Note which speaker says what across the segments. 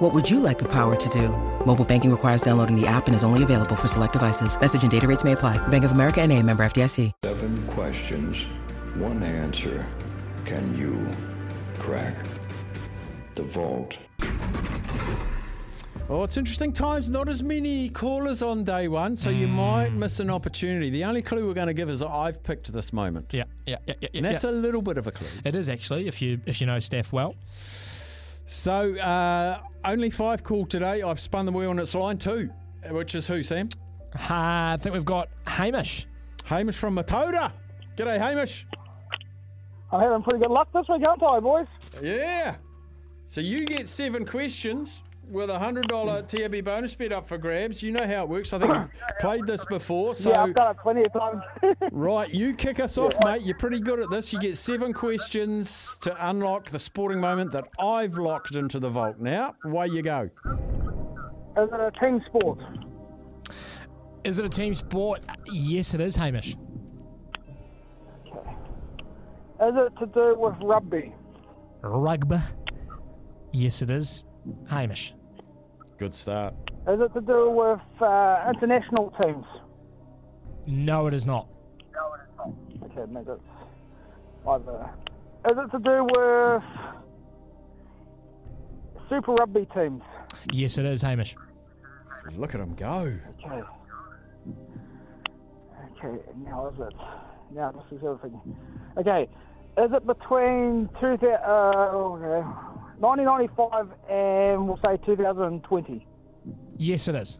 Speaker 1: What would you like the power to do? Mobile banking requires downloading the app and is only available for select devices. Message and data rates may apply. Bank of America and a member FDIC.
Speaker 2: Seven questions, one answer. Can you crack the vault?
Speaker 3: Oh, it's interesting times. Not as many callers on day one, so you
Speaker 4: Hmm.
Speaker 3: might miss an opportunity. The only clue we're going to give is I've picked this moment.
Speaker 4: Yeah, yeah, yeah, yeah. yeah,
Speaker 3: And that's
Speaker 4: yeah.
Speaker 3: a little bit of a clue.
Speaker 4: it is actually if you if you know Steph well.
Speaker 3: So, uh, only five called today. I've spun the wheel and it's line two, which is who, Sam?
Speaker 4: Uh, I think we've got Hamish.
Speaker 3: Hamish from Matoda. G'day, Hamish.
Speaker 5: I'm having pretty good luck this week, aren't I, boys?
Speaker 3: Yeah. So, you get seven questions with a $100 TAB bonus bet up for grabs. You know how it works. I think we've played this before. So,
Speaker 5: yeah, I've done it plenty of times.
Speaker 3: Right, you kick us off, mate. You're pretty good at this. You get seven questions to unlock the sporting moment that I've locked into the vault. Now, away you go.
Speaker 5: Is it a team sport?
Speaker 4: Is it a team sport? Yes, it is, Hamish.
Speaker 5: Is it to do with rugby?
Speaker 4: Rugby. Yes, it is, Hamish.
Speaker 3: Good start.
Speaker 5: Is it to do with uh, international teams?
Speaker 4: No, it is not.
Speaker 5: Okay, maybe it's either. Is it to do with Super Rugby teams?
Speaker 4: Yes, it is, Hamish.
Speaker 3: Look at him go.
Speaker 5: Okay. Okay, now is it? Now this is everything. Okay, is it between two thousand? Uh, okay, 1995 and we'll say 2020?
Speaker 4: Yes, it is.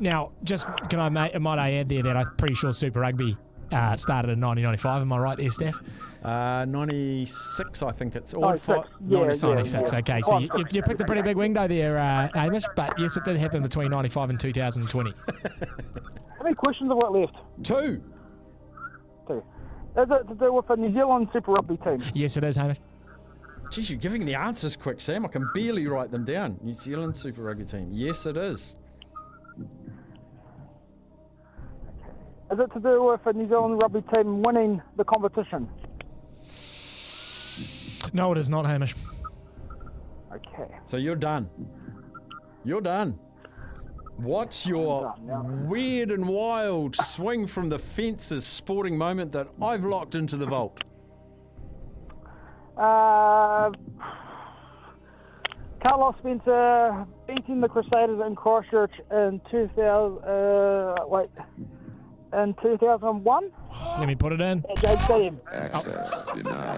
Speaker 4: Now, just can I ma- might I add there that I'm pretty sure Super Rugby uh, started in 1995. Am I right there, Steph?
Speaker 3: Uh, 96, I think it's. Or
Speaker 5: 96,
Speaker 3: fi-
Speaker 5: Oh, yeah,
Speaker 4: 96.
Speaker 5: yeah.
Speaker 4: Okay, so you,
Speaker 5: Oh,
Speaker 4: you, you picked a pretty big window there, uh, Hamish. But yes, it did happen between 95 and 2020.
Speaker 5: How many questions have we got left?
Speaker 3: Two.
Speaker 5: Two. Is it to do with the New Zealand Super Rugby team?
Speaker 4: Yes, it is, Hamish.
Speaker 3: Geez, you're giving the answers quick, Sam. I can barely write them down. New Zealand Super Rugby team. Yes, it is.
Speaker 5: Is it to do with the New Zealand Rugby team winning the competition?
Speaker 4: No, it is not, Hamish.
Speaker 5: Okay.
Speaker 3: So you're done. You're done. What's your
Speaker 5: I'm done
Speaker 3: weird and wild swing from the fences sporting moment that I've locked into the vault?
Speaker 5: Uh, Carlos Spencer beating the Crusaders in Christchurch in 2000. Uh, wait, in 2001
Speaker 4: Let me put it in.
Speaker 5: at James Stadium.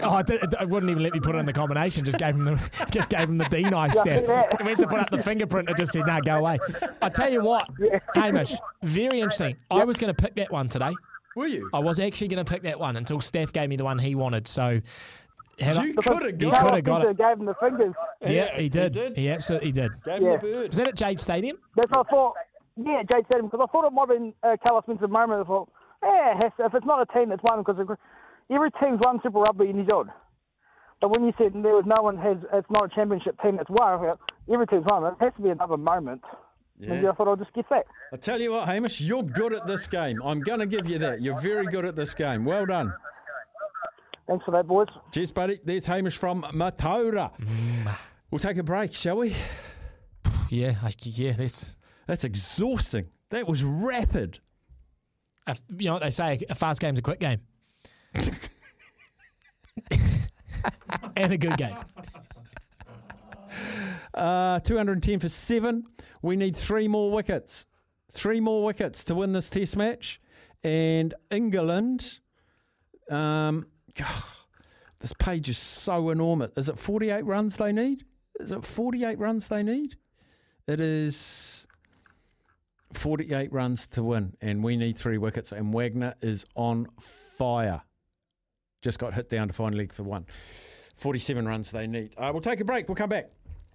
Speaker 4: Oh, it, did- it wouldn't even let me put it in the combination. Just gave him the just gave him the D knife step.
Speaker 5: that.
Speaker 4: He went to put up the fingerprint. It just said, "No, go away." I tell you what, Hamish, very interesting. I was going to pick that one today.
Speaker 3: Were you?
Speaker 4: I was actually going to pick that one until Steph gave me the one he wanted. So, had I-
Speaker 3: You could have
Speaker 4: You
Speaker 3: got
Speaker 4: coulda
Speaker 5: Carlos
Speaker 4: got
Speaker 5: Spencer
Speaker 4: it.
Speaker 5: gave him the fingers.
Speaker 4: yeah, he did.
Speaker 3: did.
Speaker 4: He, absolutely did.
Speaker 3: Gave him
Speaker 5: Yeah.
Speaker 3: the bird.
Speaker 4: Was that at Jade Stadium?
Speaker 5: That's what I thought. Yeah, Jade Stadium because I thought it might have been uh, Carlos Spencer's moment. I thought, yeah, it's- if it's not a team that's won because every team's won Super Rugby in New Zealand. But when you said there was no one has, it's not a championship team that's won, I thought, every team's won. It has to be another moment. And
Speaker 3: Yeah.
Speaker 5: I thought I'll just guess that.
Speaker 3: I tell you what, Hamish, you're good at this game. I'm going to give you that. You're very good at this game. Well done.
Speaker 5: Thanks for that, boys.
Speaker 3: Cheers, buddy. There's Hamish from Mataura.
Speaker 4: Mm.
Speaker 3: We'll take a break, shall we?
Speaker 4: Yeah, I, yeah. That's
Speaker 3: That's exhausting. That was rapid.
Speaker 4: a, you know what they say: a fast game's a quick game, and a good game.
Speaker 3: Uh, 210 for seven. We need three more wickets. Three more wickets to win this test match. And England, um, this page is so enormous. Is it 48 runs they need? Is it 48 runs they need? It is 48 runs to win. And we need three wickets. And Wagner is on fire. Just got hit down to fine leg for one. 47 runs they need. Uh, we'll take a break. We'll come back.